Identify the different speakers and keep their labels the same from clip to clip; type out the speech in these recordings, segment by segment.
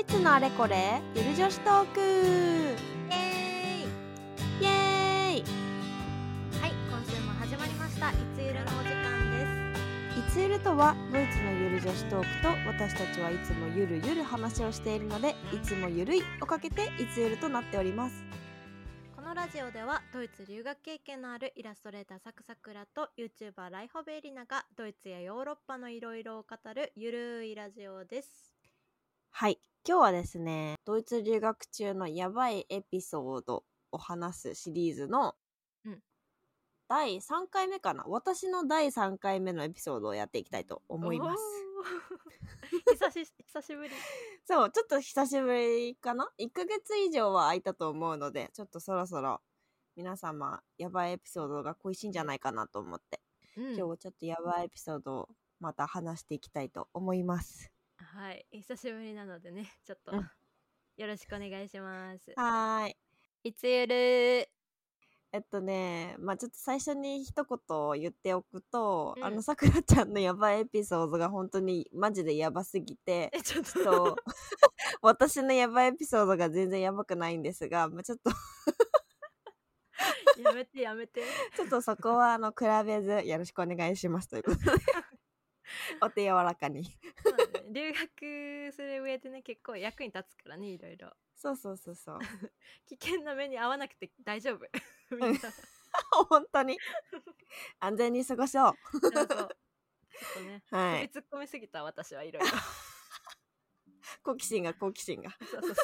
Speaker 1: イツのあれこれゆる女子トーク
Speaker 2: イエーイ
Speaker 1: イエーイい
Speaker 2: はい今週も始まりましたいつゆるのお時間で
Speaker 1: つゆるとはドイツのゆる女子トークと私たちはいつもゆるゆる話をしているのでいつもゆるいをかけていつゆるとなっております
Speaker 2: すこのラジオではドイツ留学経験のあるイラストレーターサクサクラと YouTuber ライホベエリナがドイツやヨーロッパのいろいろを語るゆるいラジオです
Speaker 1: はい今日はですねドイツ留学中のやばいエピソードを話すシリーズの、
Speaker 2: うん
Speaker 1: 第3回目かな私の第3回目のエピソードをやっていきたいと思います
Speaker 2: おー久し 久しぶり
Speaker 1: そう、ちょっと久しぶりかな ?1 ヶ月以上は空いたと思うので、ちょっとそろそろ皆様、やばいエピソードが恋しいんじゃないかなと思って、
Speaker 2: うん
Speaker 1: 今日ちょっとやばいエピソードをまた話していきたいと思います。
Speaker 2: はい久しぶりなのでねちょっと、
Speaker 1: うん
Speaker 2: よろしくお願いします
Speaker 1: はーい。
Speaker 2: いつゆる
Speaker 1: えっとね、まあちょっと最初に一言言っておくと、
Speaker 2: うん
Speaker 1: あの、さくらちゃんのやばいエピソードが本当にマジでやばすぎて、
Speaker 2: えちょっ
Speaker 1: ちょっと 私のやばいエピソードが全然やばくないんですが、まあ、ちょっと
Speaker 2: やめてやめて
Speaker 1: ちょっとそこはあの比べずよろしくお願いしますという ことでお手柔らかに
Speaker 2: そうだ ね留学する上でね結構役に立つからねいろいろ
Speaker 1: そうそうそうそう
Speaker 2: 危険な目に遭わなくて大丈夫みんなそう
Speaker 1: 本当に安全に過ごしょ
Speaker 2: そう ちょっとね、
Speaker 1: うは
Speaker 2: 飛
Speaker 1: い
Speaker 2: び突っ込みすぎた私は いろいろ
Speaker 1: 好奇心が好奇心が
Speaker 2: そうそうそ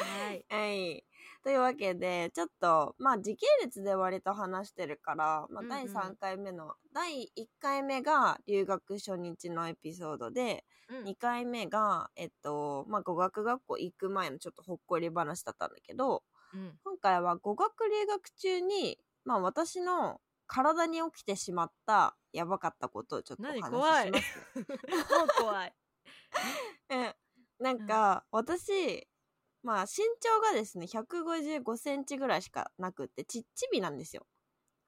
Speaker 2: うはい
Speaker 1: はいというわけでちょっとまあ時系列で割と話してるから、まあ
Speaker 2: うんう、ん
Speaker 1: 第3回目の、第1回目が留学初日のエピソードで、
Speaker 2: うん
Speaker 1: 2回目がえっとまあ語学学校行く前のちょっとほっこり話だったんだけど、
Speaker 2: うん
Speaker 1: 今回は語学留学中に、まあ、私の体に起きてしまったやばかったことをちょっとお話し
Speaker 2: 何
Speaker 1: し
Speaker 2: 怖
Speaker 1: ます
Speaker 2: い
Speaker 1: ね
Speaker 2: もう怖い
Speaker 1: えなんか私、まあ、身長がですね1 5 5ンチぐらいしかなくってちっちびなんですよ。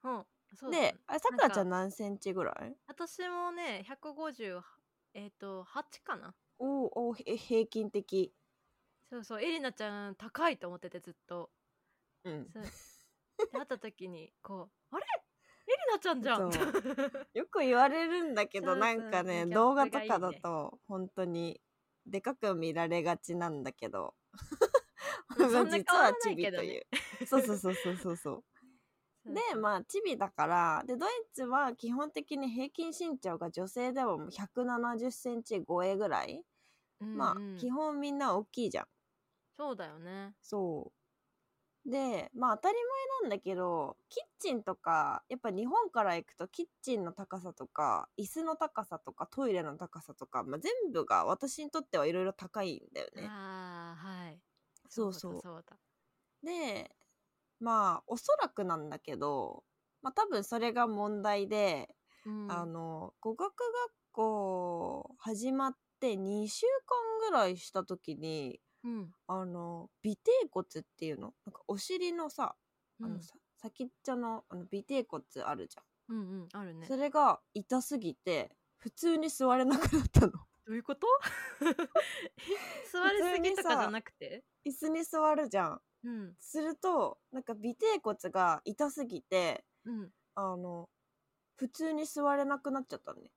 Speaker 2: うんそうだね
Speaker 1: であれさくらちゃん何センチぐらい
Speaker 2: 私もね150えっ、と8かな
Speaker 1: おーおーへ平均的。
Speaker 2: そうそうエリナちゃん高いと思っててずっと
Speaker 1: うん、
Speaker 2: そうで会った時にこうあれエリナちゃんじゃん
Speaker 1: そうよく言われるんだけど
Speaker 2: そう
Speaker 1: な
Speaker 2: そうん
Speaker 1: かね
Speaker 2: ギャップが
Speaker 1: 動画とか
Speaker 2: いい
Speaker 1: だ
Speaker 2: ね
Speaker 1: と本当にでかく見られがちなんだけ ど
Speaker 2: うんそんな
Speaker 1: 実
Speaker 2: 変
Speaker 1: は
Speaker 2: わらな
Speaker 1: チ
Speaker 2: い
Speaker 1: ビ
Speaker 2: け
Speaker 1: と
Speaker 2: ど
Speaker 1: いう
Speaker 2: ね。
Speaker 1: そうそうそうそうそうそう。でまあチビだからでドイツは基本的に平均身長が女性でもも1 7 0センチ超えぐらい、
Speaker 2: あ
Speaker 1: まあ基本みんな大きいじゃん
Speaker 2: そうだよね
Speaker 1: そうでまあ当たり前なんだけどキッチンとかやっぱ日本から行くとキッチンの高さとか椅子の高さとかトイレの高さとか、まあ、全部が私にとってはいろいろ高いんだよね
Speaker 2: あーはい
Speaker 1: そう
Speaker 2: だ
Speaker 1: そう
Speaker 2: そうだ
Speaker 1: でまあおそらくなんだけどまあ多分それが問題で
Speaker 2: うん
Speaker 1: あの語学学校始まって2週間ぐらいした時に
Speaker 2: うん
Speaker 1: あの尾てい骨っていうのなんかお尻のさあ
Speaker 2: う
Speaker 1: の
Speaker 2: ん
Speaker 1: さ、先っちょのあの尾てい骨あるじ
Speaker 2: うんうんある
Speaker 1: ゃん、
Speaker 2: ね
Speaker 1: それが痛すぎて普通に座れなくなったの
Speaker 2: どういうこと 座りすぎとかじゃなくて
Speaker 1: 椅子に座るじゃん
Speaker 2: うん
Speaker 1: するとなんか尾てい骨が痛すぎて
Speaker 2: うん
Speaker 1: あの普通に座れなくなっちゃったね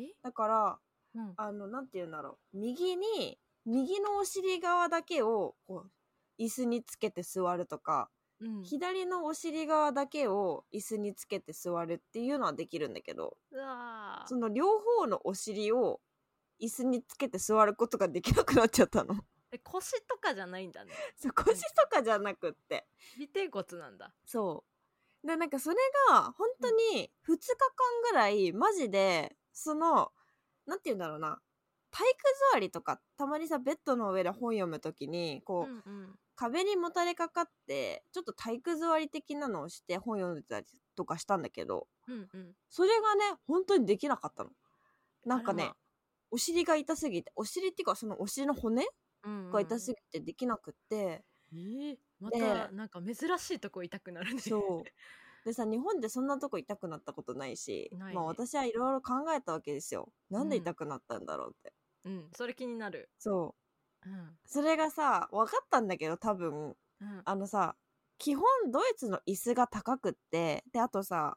Speaker 2: え
Speaker 1: だから
Speaker 2: うん
Speaker 1: あの、なんて言うんだろう。右に、右のお尻側だけを、こう、椅子につけて座るとか、
Speaker 2: うん
Speaker 1: 左のお尻側だけを椅子につけて座るっていうのはできるんだけど、
Speaker 2: うわー
Speaker 1: その両方のお尻を椅子につけて座ることができなくなっちゃったの。
Speaker 2: え腰とかじゃないんだね
Speaker 1: そう腰とかじゃなくって。
Speaker 2: 尾てい骨なんだ
Speaker 1: そう。で、なんかそれが、本当に2日間ぐらい、マジで、その、なんて言うんだろうな、体育座りとか、たまにさ、ベッドの上で本読むときに、
Speaker 2: う
Speaker 1: こう、
Speaker 2: んうん
Speaker 1: 壁にもたれかかって、ちょっと体育座り的なのをして本読んでたりとかしたんだけど、
Speaker 2: うんうん
Speaker 1: それがね、本当にできなかったの。なんか
Speaker 2: あ
Speaker 1: ね
Speaker 2: ら、
Speaker 1: お尻が痛すぎて、お尻っていうか、そのお尻の骨
Speaker 2: うんうん
Speaker 1: が痛すぎてできなくって、
Speaker 2: えーま
Speaker 1: で
Speaker 2: たなんか珍しいとこ痛くなるね
Speaker 1: そう。でさ、日本でそんなとこ痛くなったことないし、
Speaker 2: ないね
Speaker 1: まあ私はいろいろ考えたわけですよ。なんで痛くなったんだろうって。
Speaker 2: うんそれ気になる
Speaker 1: そう
Speaker 2: うん
Speaker 1: それがさ分かったんだけど多分
Speaker 2: うん
Speaker 1: あのさ基本ドイツの椅子が高くってであとさ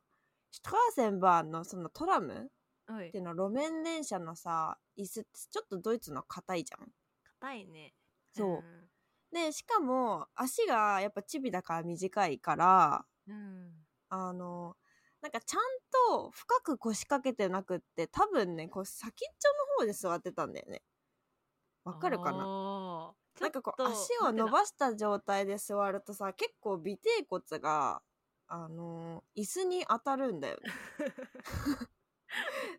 Speaker 1: シュトラーセンバーンのそのトラム
Speaker 2: おい
Speaker 1: っていうの路面電車のさ椅子ってちょっとドイツの硬いじゃん。
Speaker 2: 硬いね
Speaker 1: そうでしかも足がやっぱチビだから短いから
Speaker 2: うんうん
Speaker 1: あのなんかちゃんと深く腰掛けてなくって多分ねこう先っちょの方で座ってたんだよね。わかるかな
Speaker 2: な
Speaker 1: なんかこう足を伸ばした状態で座るとさ結構尾てい骨があのー椅子に当たるんだよね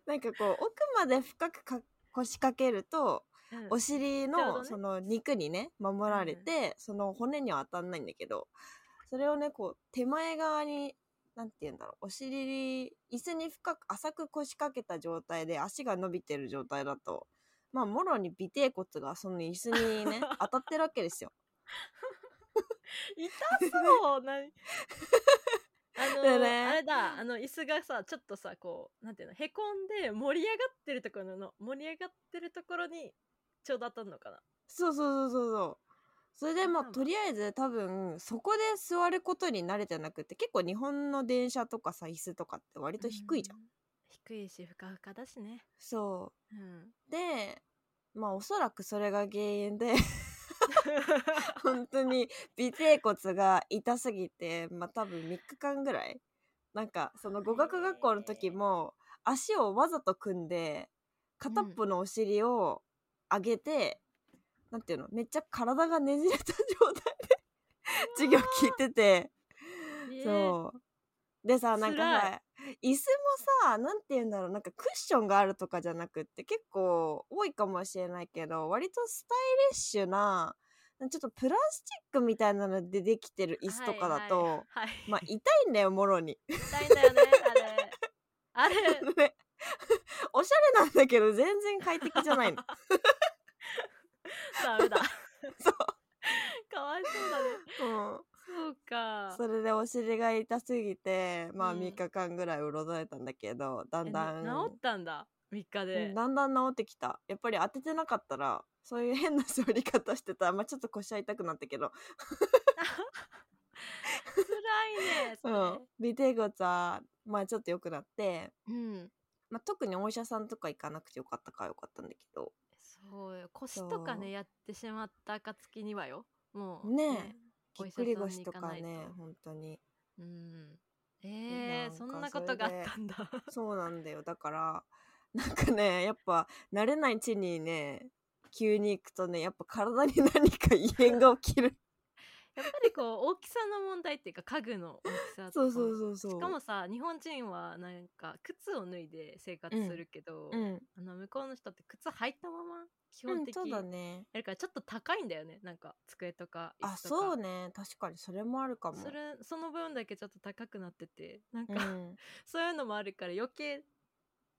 Speaker 1: なんかこう奥まで深くか腰掛けると お
Speaker 2: し
Speaker 1: 尻
Speaker 2: ちょう
Speaker 1: の
Speaker 2: どね
Speaker 1: その肉にね守られてその骨には当たんないんだけどそれをねこう手前側になんて言うんだろうお尻椅子に深く浅く腰掛けた状態で足が伸びてる状態だとまあもろに尾てい骨がその椅子に ね当たってるわけですよ。
Speaker 2: 痛そうなあ の
Speaker 1: だよね
Speaker 2: あれだあの椅子がさちょっとさこうなんていうのへこんで盛り上がってるところの盛り上がってるところにちょうど当たるのかな
Speaker 1: そうそうそうそうそう。それでまあ
Speaker 2: そうなんだ
Speaker 1: とりあえず多分そこで座ることに慣れてなくって結構日本の電車とかさ椅子とかって割と低いじゃん。
Speaker 2: う低いしふかふかだしね
Speaker 1: そ
Speaker 2: うん
Speaker 1: うでまあおそらくそれが原因で 本当に尾てい骨が痛すぎてまあ多分3日間ぐらいなんかその語学学校の時も足をわざと組んで片っぽのお尻を上げて、なんていうのめっちゃ体がねじれた状態 授業聞いてて、
Speaker 2: そう
Speaker 1: そうでさなんか
Speaker 2: 辛
Speaker 1: さ椅子もさなんて言うんだろうなんかクッションがあるとかじゃなくって結構多いかもしれないけど割とスタイリッシュなちょっとプラスチックみたいなのでできてる椅子とかだと、
Speaker 2: はいはいはい
Speaker 1: まあ痛いんだよもろに。
Speaker 2: 痛いんだよねあれあれ
Speaker 1: ねおしゃれなんだけど全然快適じゃないの。
Speaker 2: ダメだ
Speaker 1: そう
Speaker 2: かわいそうだね
Speaker 1: うん
Speaker 2: そうか
Speaker 1: それでお尻が痛すぎてまあ
Speaker 2: うん
Speaker 1: 3日間ぐらいうろどえたんだけど、だ
Speaker 2: え
Speaker 1: んだ
Speaker 2: なん治ったんだ3日
Speaker 1: う
Speaker 2: で
Speaker 1: んだんだん治ってきたやっぱり当ててなかったらそういう変な座り方してたら、まあ、ちょっと腰は痛くなったけど、
Speaker 2: 辛い ね
Speaker 1: う
Speaker 2: それ
Speaker 1: ん、尾てい骨はまあちょっと良くなって、
Speaker 2: うん
Speaker 1: まあ、特にお医者さんとか行かなくてよかったからよかったんだけど
Speaker 2: そうよ腰とか
Speaker 1: そ
Speaker 2: ね
Speaker 1: う
Speaker 2: やってしまった暁にはよもう
Speaker 1: ねえ
Speaker 2: お
Speaker 1: ぎ
Speaker 2: 医
Speaker 1: っ
Speaker 2: 者
Speaker 1: く
Speaker 2: さんに
Speaker 1: り
Speaker 2: 行かない
Speaker 1: 腰とか
Speaker 2: と
Speaker 1: ね本当に
Speaker 2: うん
Speaker 1: な
Speaker 2: え
Speaker 1: ん
Speaker 2: ー、
Speaker 1: か
Speaker 2: そんなことがあったんだ
Speaker 1: そうなんだよだからなんかねやっぱ慣れない地にね急に行くとねやっぱ体に何か異変が起き る
Speaker 2: やっぱりこう大きさの問題っていうか家具の大きさとか
Speaker 1: そうそ
Speaker 2: も
Speaker 1: うそうそう
Speaker 2: しかもさ日本人はなんか靴を脱いで生活するけど、
Speaker 1: うん、
Speaker 2: あの向こうの人って靴履いたまま基
Speaker 1: う
Speaker 2: 本
Speaker 1: ん、
Speaker 2: 的
Speaker 1: そう
Speaker 2: に、
Speaker 1: だね
Speaker 2: やるからちょっと高いんだよねなんか机とか椅
Speaker 1: あ
Speaker 2: 子とか
Speaker 1: そうね確かにそれもあるかも
Speaker 2: それその分だけちょっと高くなっててなん
Speaker 1: う
Speaker 2: か、
Speaker 1: ん、
Speaker 2: そういうのもあるから余計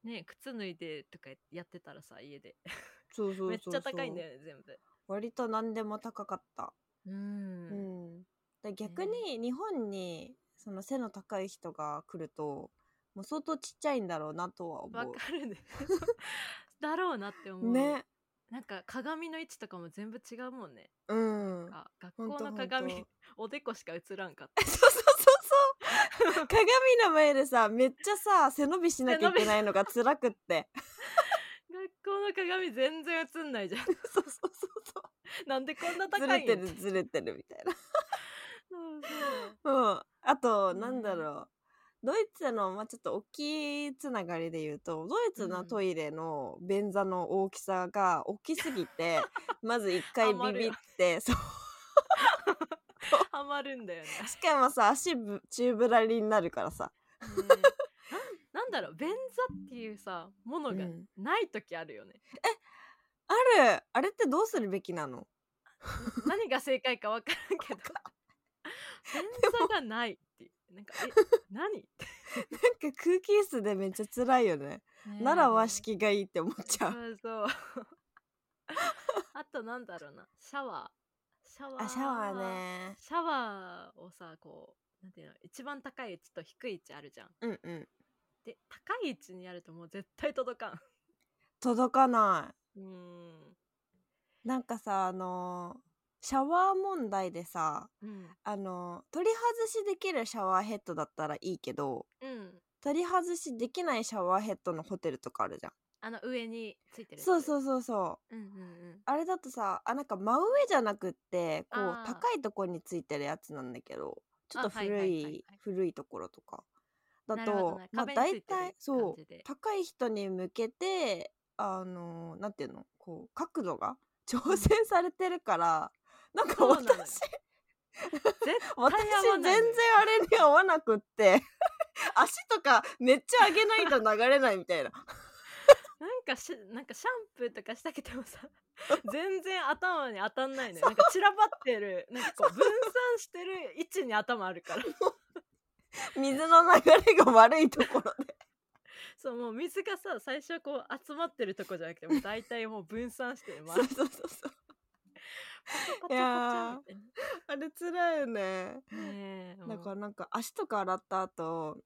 Speaker 2: ね靴脱いでとかやってたらさ家で
Speaker 1: そうそうそうそう
Speaker 2: めっちゃ高いんだよね全部
Speaker 1: 割と何でも高かった、
Speaker 2: う
Speaker 1: うんん、で逆に日本にその背の高い人が来るともう相当ちっちゃいんだろうなとは思
Speaker 2: わ
Speaker 1: う
Speaker 2: かるね だろうなって思う
Speaker 1: ね
Speaker 2: なんか鏡の位置とかも全部違うもんね
Speaker 1: うん
Speaker 2: あ
Speaker 1: ほん
Speaker 2: 学
Speaker 1: と
Speaker 2: 校
Speaker 1: ほん
Speaker 2: の鏡
Speaker 1: と
Speaker 2: おでこしか映らんかっ
Speaker 1: そうそうそう そう鏡の前でさめっちゃさ背伸びしなきゃいけないのが辛くって
Speaker 2: た学校の鏡全然映んないじゃん
Speaker 1: そうそうそうそ
Speaker 2: なんでこんな
Speaker 1: うず
Speaker 2: 高
Speaker 1: れ
Speaker 2: いん
Speaker 1: てるずれてるみたいな
Speaker 2: そうそう
Speaker 1: うん、あと、
Speaker 2: うん
Speaker 1: なんだろうドイツの、まあ、ちょっと大きいつながりで言うとドイツ
Speaker 2: う
Speaker 1: の
Speaker 2: ん
Speaker 1: トイレの便座の大きさが大きすぎ てまず一回ビ
Speaker 2: 余る
Speaker 1: ビっ
Speaker 2: よ
Speaker 1: てそう
Speaker 2: ハマるんだよね
Speaker 1: しかもさ足ぶ宙ぶらりんになるからさ、
Speaker 2: ね ななんだろう便座っていうさもの
Speaker 1: う
Speaker 2: が
Speaker 1: ん
Speaker 2: ない時あ るよね、
Speaker 1: あるあれってどうするべきなの
Speaker 2: 何が正解か分から んけど便座がないっていうなんか え何って、
Speaker 1: なんか空気椅子でめっちゃ辛いよねなら和式がいいって思っちゃ
Speaker 2: そううそう あとなんだろうなシャワーシャワー
Speaker 1: あシャワーね
Speaker 2: シャワーをさこうなんていうの一番高い位置と低い位置あるじゃん
Speaker 1: うんうん
Speaker 2: で高い位置にやるともう絶対届かん
Speaker 1: 届かない
Speaker 2: うん。
Speaker 1: なんかさあのシャワー問題でさ
Speaker 2: うん。
Speaker 1: あの取り外しできるシャワーヘッドだったらいいけど
Speaker 2: うん。
Speaker 1: 取り外しできないシャワーヘッドのホテルとかあるじゃん
Speaker 2: あの上についてる。
Speaker 1: そう
Speaker 2: う。
Speaker 1: そうそうそう
Speaker 2: うんうんうん。
Speaker 1: あれだとさあなんか真上じゃなくってこう
Speaker 2: あー
Speaker 1: 高いところについてるやつなんだけどちょっと
Speaker 2: あはいはいは
Speaker 1: 古
Speaker 2: いはい
Speaker 1: い古いところとかだ
Speaker 2: なるほど
Speaker 1: と
Speaker 2: ね
Speaker 1: まあ
Speaker 2: 壁につ
Speaker 1: 大
Speaker 2: いてる
Speaker 1: 体そ
Speaker 2: 感
Speaker 1: う
Speaker 2: じで
Speaker 1: 高い人に向けてあのなんていうのこう角度が調整されてるから、なんか
Speaker 2: そうなのよ
Speaker 1: 私
Speaker 2: 絶
Speaker 1: 私
Speaker 2: 合わ
Speaker 1: 全
Speaker 2: ない
Speaker 1: 然
Speaker 2: のよ
Speaker 1: あれに合わなくって 足とかめっちゃ上げないと流れないみ たいな
Speaker 2: なんかしなんかシャンプーとかしたけど もさ全然頭に当たんないのよなんか散らばってるなんかこう分散してる位置に頭あ るから
Speaker 1: 水の流れが悪いところ で
Speaker 2: そうもう水がさ最初こう集まってるとこじゃなくてもう大体もう分散してるまあ
Speaker 1: そうそうそうそう
Speaker 2: パチャパチャみ
Speaker 1: あれ辛いよね
Speaker 2: たいなねえもう
Speaker 1: だからなんか足とか洗った後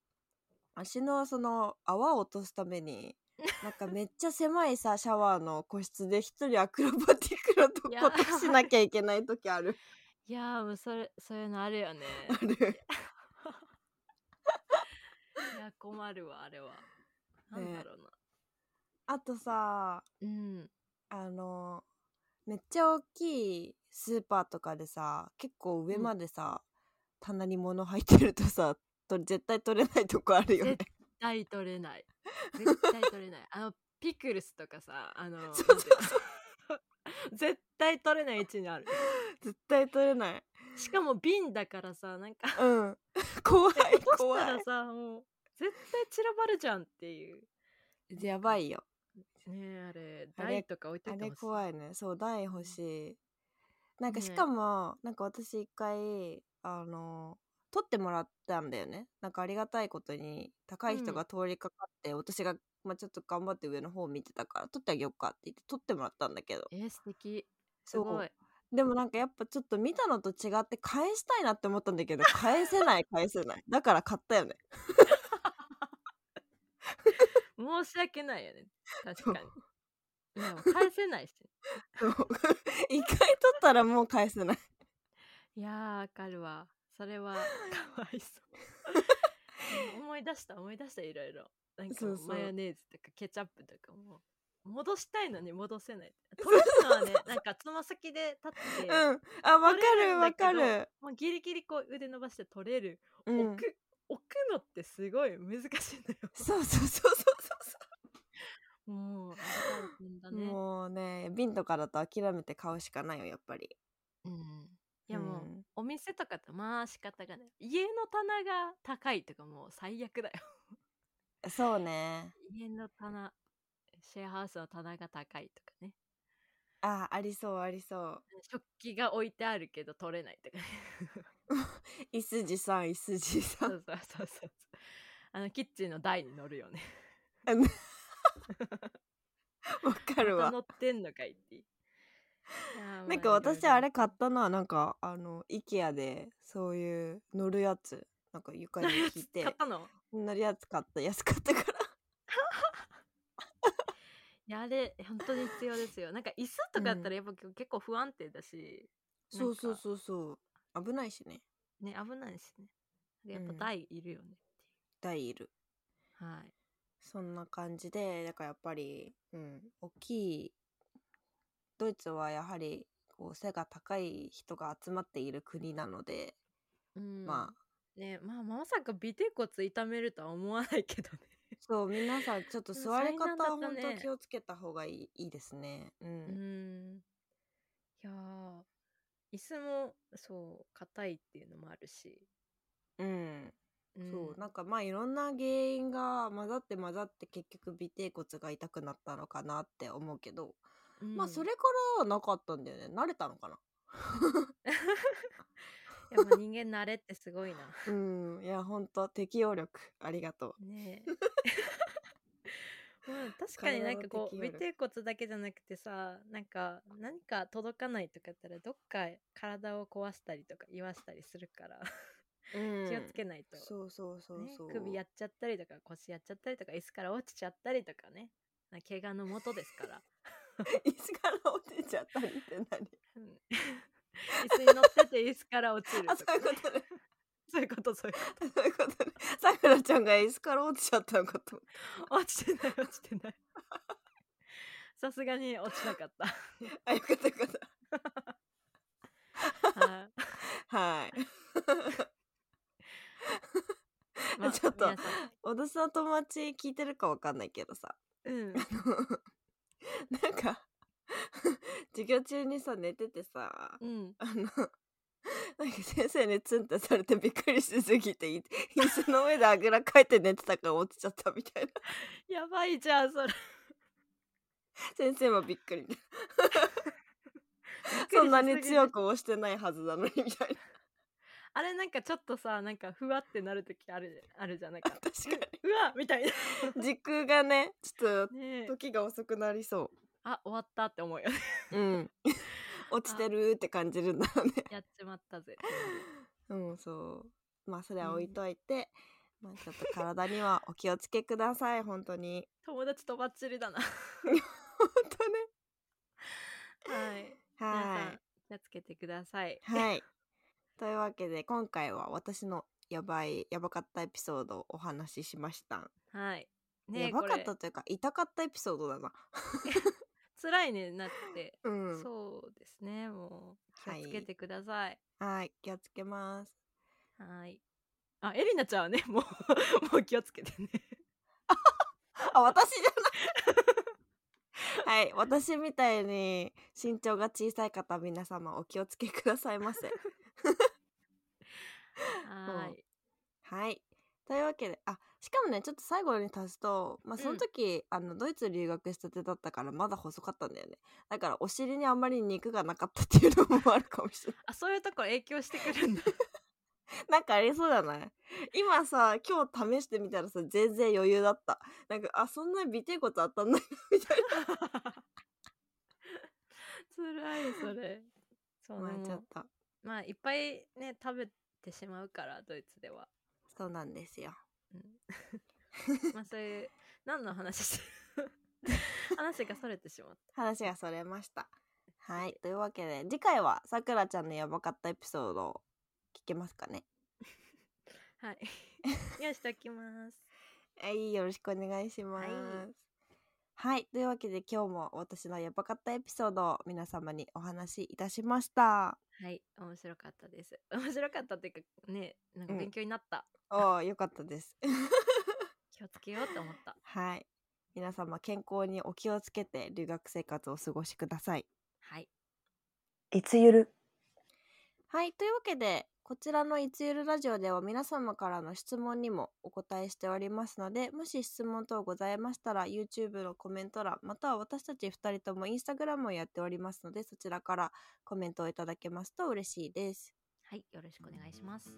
Speaker 1: 足のその泡を落とすため になんかめっちゃ狭いさシャワーの個室で一人アクロバティックなと
Speaker 2: や
Speaker 1: こ
Speaker 2: ばい
Speaker 1: としなきゃいけない時ある
Speaker 2: いやーもうそれそういうのある よね
Speaker 1: あ る
Speaker 2: いや困るわあれはなんだろうな、
Speaker 1: あとさ
Speaker 2: うん
Speaker 1: あのめっちゃ大きいスーパーとかでさ結構上までさ、棚に物入ってるとさと絶対取れないとこあるよね
Speaker 2: 絶対取れない絶対取れないあのピクルスとかさあの
Speaker 1: そう
Speaker 2: なんていうの絶対取れない位置にある
Speaker 1: 絶対取れない
Speaker 2: しかも瓶だからさなんか
Speaker 1: うん 怖い
Speaker 2: 落とし
Speaker 1: 怖
Speaker 2: た
Speaker 1: い
Speaker 2: らさもう絶対散らばるじゃんっていう
Speaker 1: やばいよ
Speaker 2: ねえあれ
Speaker 1: あれ
Speaker 2: 台とか置いとい
Speaker 1: あ
Speaker 2: て
Speaker 1: れ
Speaker 2: ほしい
Speaker 1: 怖いねそう台欲しいなんか
Speaker 2: ね
Speaker 1: しかも、なんか私一回あの取ってもらったんだよねなんかありがたいことに高い人が通りかかって、私が、まあ、ちょっと頑張って上の方を見てたから取ってあげようかって言って取ってもらったんだけど
Speaker 2: えー、素敵す
Speaker 1: そう
Speaker 2: ごい
Speaker 1: でもなんかやっぱちょっと見たのと違って返したいなって思ったんだけど返せない返せないだから買ったよね
Speaker 2: 申し訳ないよね確
Speaker 1: そう
Speaker 2: かにいやもう返せないし
Speaker 1: そう 一回取ったらもう返せない
Speaker 2: いやーわかるわそれは かわいそう 思い出した思い出したいろいろなんかもう
Speaker 1: そうそう
Speaker 2: マヨネーズとかケチャップとかも戻したいのに戻せ ない取れるのはねなんかつま先で立っ
Speaker 1: う
Speaker 2: て、
Speaker 1: んあわか
Speaker 2: 取れる
Speaker 1: る
Speaker 2: んだ
Speaker 1: わ
Speaker 2: けど
Speaker 1: かる
Speaker 2: もうギリギリこう腕伸ばして取れる、
Speaker 1: うん
Speaker 2: 置く置くのってすごい難しいんだよ
Speaker 1: そうそうそうそうそうそ
Speaker 2: もうあれ大変だ
Speaker 1: う、
Speaker 2: ね
Speaker 1: もうね瓶とかだと諦めて買うしかないよやっぱり
Speaker 2: うんいやもう、
Speaker 1: うん
Speaker 2: お店とかとまあ仕方がない家の棚が高いとかもう最悪だよ
Speaker 1: そうね
Speaker 2: 家の棚シェアハウスの棚が高いとかね
Speaker 1: あありそうありそう
Speaker 2: 食器が置いてあるけど取れないとか ね
Speaker 1: いすじさんいすじ
Speaker 2: そ
Speaker 1: さん
Speaker 2: うそうそうそうあのキッチンの台に乗るよね
Speaker 1: わかる
Speaker 2: また
Speaker 1: わ
Speaker 2: 乗ってんのかいっていうい やーまあ
Speaker 1: なんか私あれ買っ
Speaker 2: い
Speaker 1: たななんかあの IKEA でそういう乗るやつなんか床に
Speaker 2: ろいろね
Speaker 1: 引い て
Speaker 2: 買ったの
Speaker 1: 乗るやつ買った安かったから
Speaker 2: いやあれ本当に必要ですよなんか椅子とかだったらやっぱ結構不安定だし、なん
Speaker 1: そう
Speaker 2: か
Speaker 1: そうそうそう危ないしね
Speaker 2: ね危ないしねやっ
Speaker 1: うん
Speaker 2: ぱ台いるよねってい
Speaker 1: 大いる
Speaker 2: う、はい
Speaker 1: そんな感じでだからやっぱり、うん、大きいドイツはやはりこう背が高い人が集まっている国なので、
Speaker 2: うん
Speaker 1: まあ
Speaker 2: ねまあまさか尾てい骨痛めるとは思わないけどね
Speaker 1: そう皆さんちょっ と
Speaker 2: でも
Speaker 1: 座り
Speaker 2: 災
Speaker 1: 方
Speaker 2: 難だった
Speaker 1: 本当
Speaker 2: ね
Speaker 1: 気をつけた方がいいいいですね。う、
Speaker 2: うんんいやー椅子もそう硬いっていうのもあるし、
Speaker 1: うん
Speaker 2: ん
Speaker 1: そうなんかまあいろんな原因が混ざって混ざって結局尾てい骨が痛くなったのかなって思うけど、
Speaker 2: うん
Speaker 1: まあそれからはなかったんだよね慣れたのかな。
Speaker 2: やっぱ人間慣れってすご いな
Speaker 1: うんいや本当適応力ありがとう。
Speaker 2: ねえまあ確かになんかこう
Speaker 1: 体の適応力
Speaker 2: 尾てい骨だけじゃなくてさなんか何か届かないとかやったらどっか体を壊したりとか言わしたりするから気をつけないと、
Speaker 1: そうそうそう
Speaker 2: ね
Speaker 1: そう、、
Speaker 2: 首やっちゃったりとか腰やっちゃったりとか椅子から落ちちゃったりとかねな怪我のもとですから
Speaker 1: 椅子から落ちちゃったりって 何
Speaker 2: うん椅子に乗ってて椅子から落ちる
Speaker 1: あ
Speaker 2: と
Speaker 1: そ
Speaker 2: か
Speaker 1: うい
Speaker 2: ね
Speaker 1: うことね
Speaker 2: そういうことそういう
Speaker 1: そういうことねさくらちゃんが椅子から落ちちゃったのかと思っ
Speaker 2: こと 落ちてない落ちてない さすがに落ちなかった
Speaker 1: たあよかったよかっ
Speaker 2: は
Speaker 1: たはい
Speaker 2: い、まあ
Speaker 1: ちょっと
Speaker 2: 皆さん
Speaker 1: 私の友達聞いてるかわかんないけどさ
Speaker 2: うん
Speaker 1: なんか 授業中にさ寝ててさ
Speaker 2: うん
Speaker 1: あの、なんか先生にツンってされてびっくりしすぎて、い椅子の上であぐらかいて寝てたから落ちちゃったみたいな。
Speaker 2: やばいじゃんそれ
Speaker 1: 先生もびっくりみたい
Speaker 2: びっくりしすぎ
Speaker 1: な。そんなに
Speaker 2: て
Speaker 1: 強く押してないはずなのにみたい
Speaker 2: あれなんかちょっとさなんかふわってなる時あるあるじゃんなんか
Speaker 1: な。確か
Speaker 2: うわみたいな
Speaker 1: に。時空がね、ちょっ
Speaker 2: ねえ
Speaker 1: と時が遅くなりそ
Speaker 2: あ終わったって思う よね
Speaker 1: う。うん。 落ちてるって感じるんだろうね。
Speaker 2: やっちまったぜ
Speaker 1: うん、そう。まあそれは置いといて、まあちょっと体にはお気をつけください、本当に。
Speaker 2: 友達とばっちりだなは
Speaker 1: 本当ね。
Speaker 2: い皆さ
Speaker 1: はい
Speaker 2: ん。気をつけてください
Speaker 1: はい。というわけで今回は私のやばいやばかったエピソードをお話ししました。
Speaker 2: はいねえ
Speaker 1: やばかっ
Speaker 2: こ
Speaker 1: たというか痛かったエピソードだな。
Speaker 2: れ辛いねなって、
Speaker 1: うん。
Speaker 2: そうですねもう気
Speaker 1: はい
Speaker 2: をつけてください
Speaker 1: はい気をつけます。
Speaker 2: はいあエリナちゃんはねもう もう気をつけてね
Speaker 1: あ私じゃない。 はい私みたいに身長が小さい方は皆様お気をつけくださいませ。
Speaker 2: は
Speaker 1: もう
Speaker 2: い
Speaker 1: はい。というわけで、あ、しかもね、ちょっと最後に足すと、まあ、
Speaker 2: うん
Speaker 1: その時、あの、ドイツ留学したてだったから、まだ細かったんだよね。だから、お尻にあんまり肉がなかったっていうのもあるかもしれな
Speaker 2: あそういうとこ影響してくるんだ
Speaker 1: い。 なんかありそうじゃない今さ、今日試してみたらさ、全然余裕だった。なんか、あ、そんなにビテこと当たんないな、みたいな。
Speaker 2: 辛いそれそう
Speaker 1: まあ、
Speaker 2: で
Speaker 1: ちょ
Speaker 2: も
Speaker 1: っと、
Speaker 2: まあいっぱいね食べてしまうからドイツでは、
Speaker 1: そうなんですよ。
Speaker 2: うんまあそういう何の話して 話がそれてしまっ
Speaker 1: 話がそれました。はい。というわけで、次回は、さくらちゃんのやばかったエピソードを聞けますかね。
Speaker 2: たはい用意しておきます
Speaker 1: はい、よろしくお願いします。はい、というわけで今日も私のやばかったエピソードを皆様にお話しいたしました。
Speaker 2: はい面白かったです 面白かったっていうかねなんか
Speaker 1: うん
Speaker 2: 勉強になった、
Speaker 1: おー、よかったです。
Speaker 2: 気をつけようって思った
Speaker 1: はい。皆様健康にお気をつけて留学生活をお過ごしください。
Speaker 2: はい
Speaker 3: いつゆる
Speaker 1: はい、というわけで、こちらのいつゆるラジオでは皆様からの質問にもお答えしておりますので、もし質問等ございましたら、YouTube のコメント欄、または私たち2人とも Instagram をやっておりますので、そちらからコメントをいただけますと嬉しいです。
Speaker 2: はいよろしくお願いします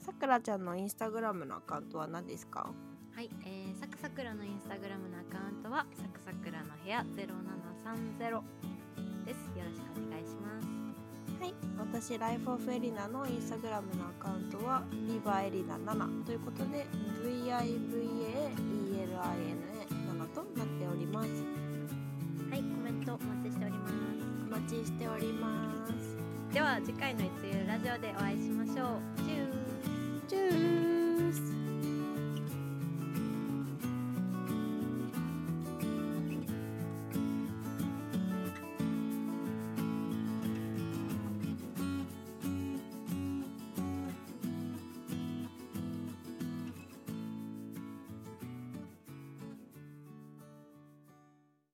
Speaker 1: さくらちゃんの Instagram のアカウントは何ですか
Speaker 2: はい、えー、サクサクラのインスタグラムのアカウントはサクサクラの部屋0730ですよろしくお願いします
Speaker 1: はい、私、ライフオフエリナの Instagram のアカウントは、ビーバーエリナ7ということで、VIVAELINA7 となっております。
Speaker 2: はい、コメントお待ちしておりま
Speaker 1: お待ちしております。
Speaker 2: す。では次回のいつゆるラジオでお会いしましょう。チュー。
Speaker 1: チュー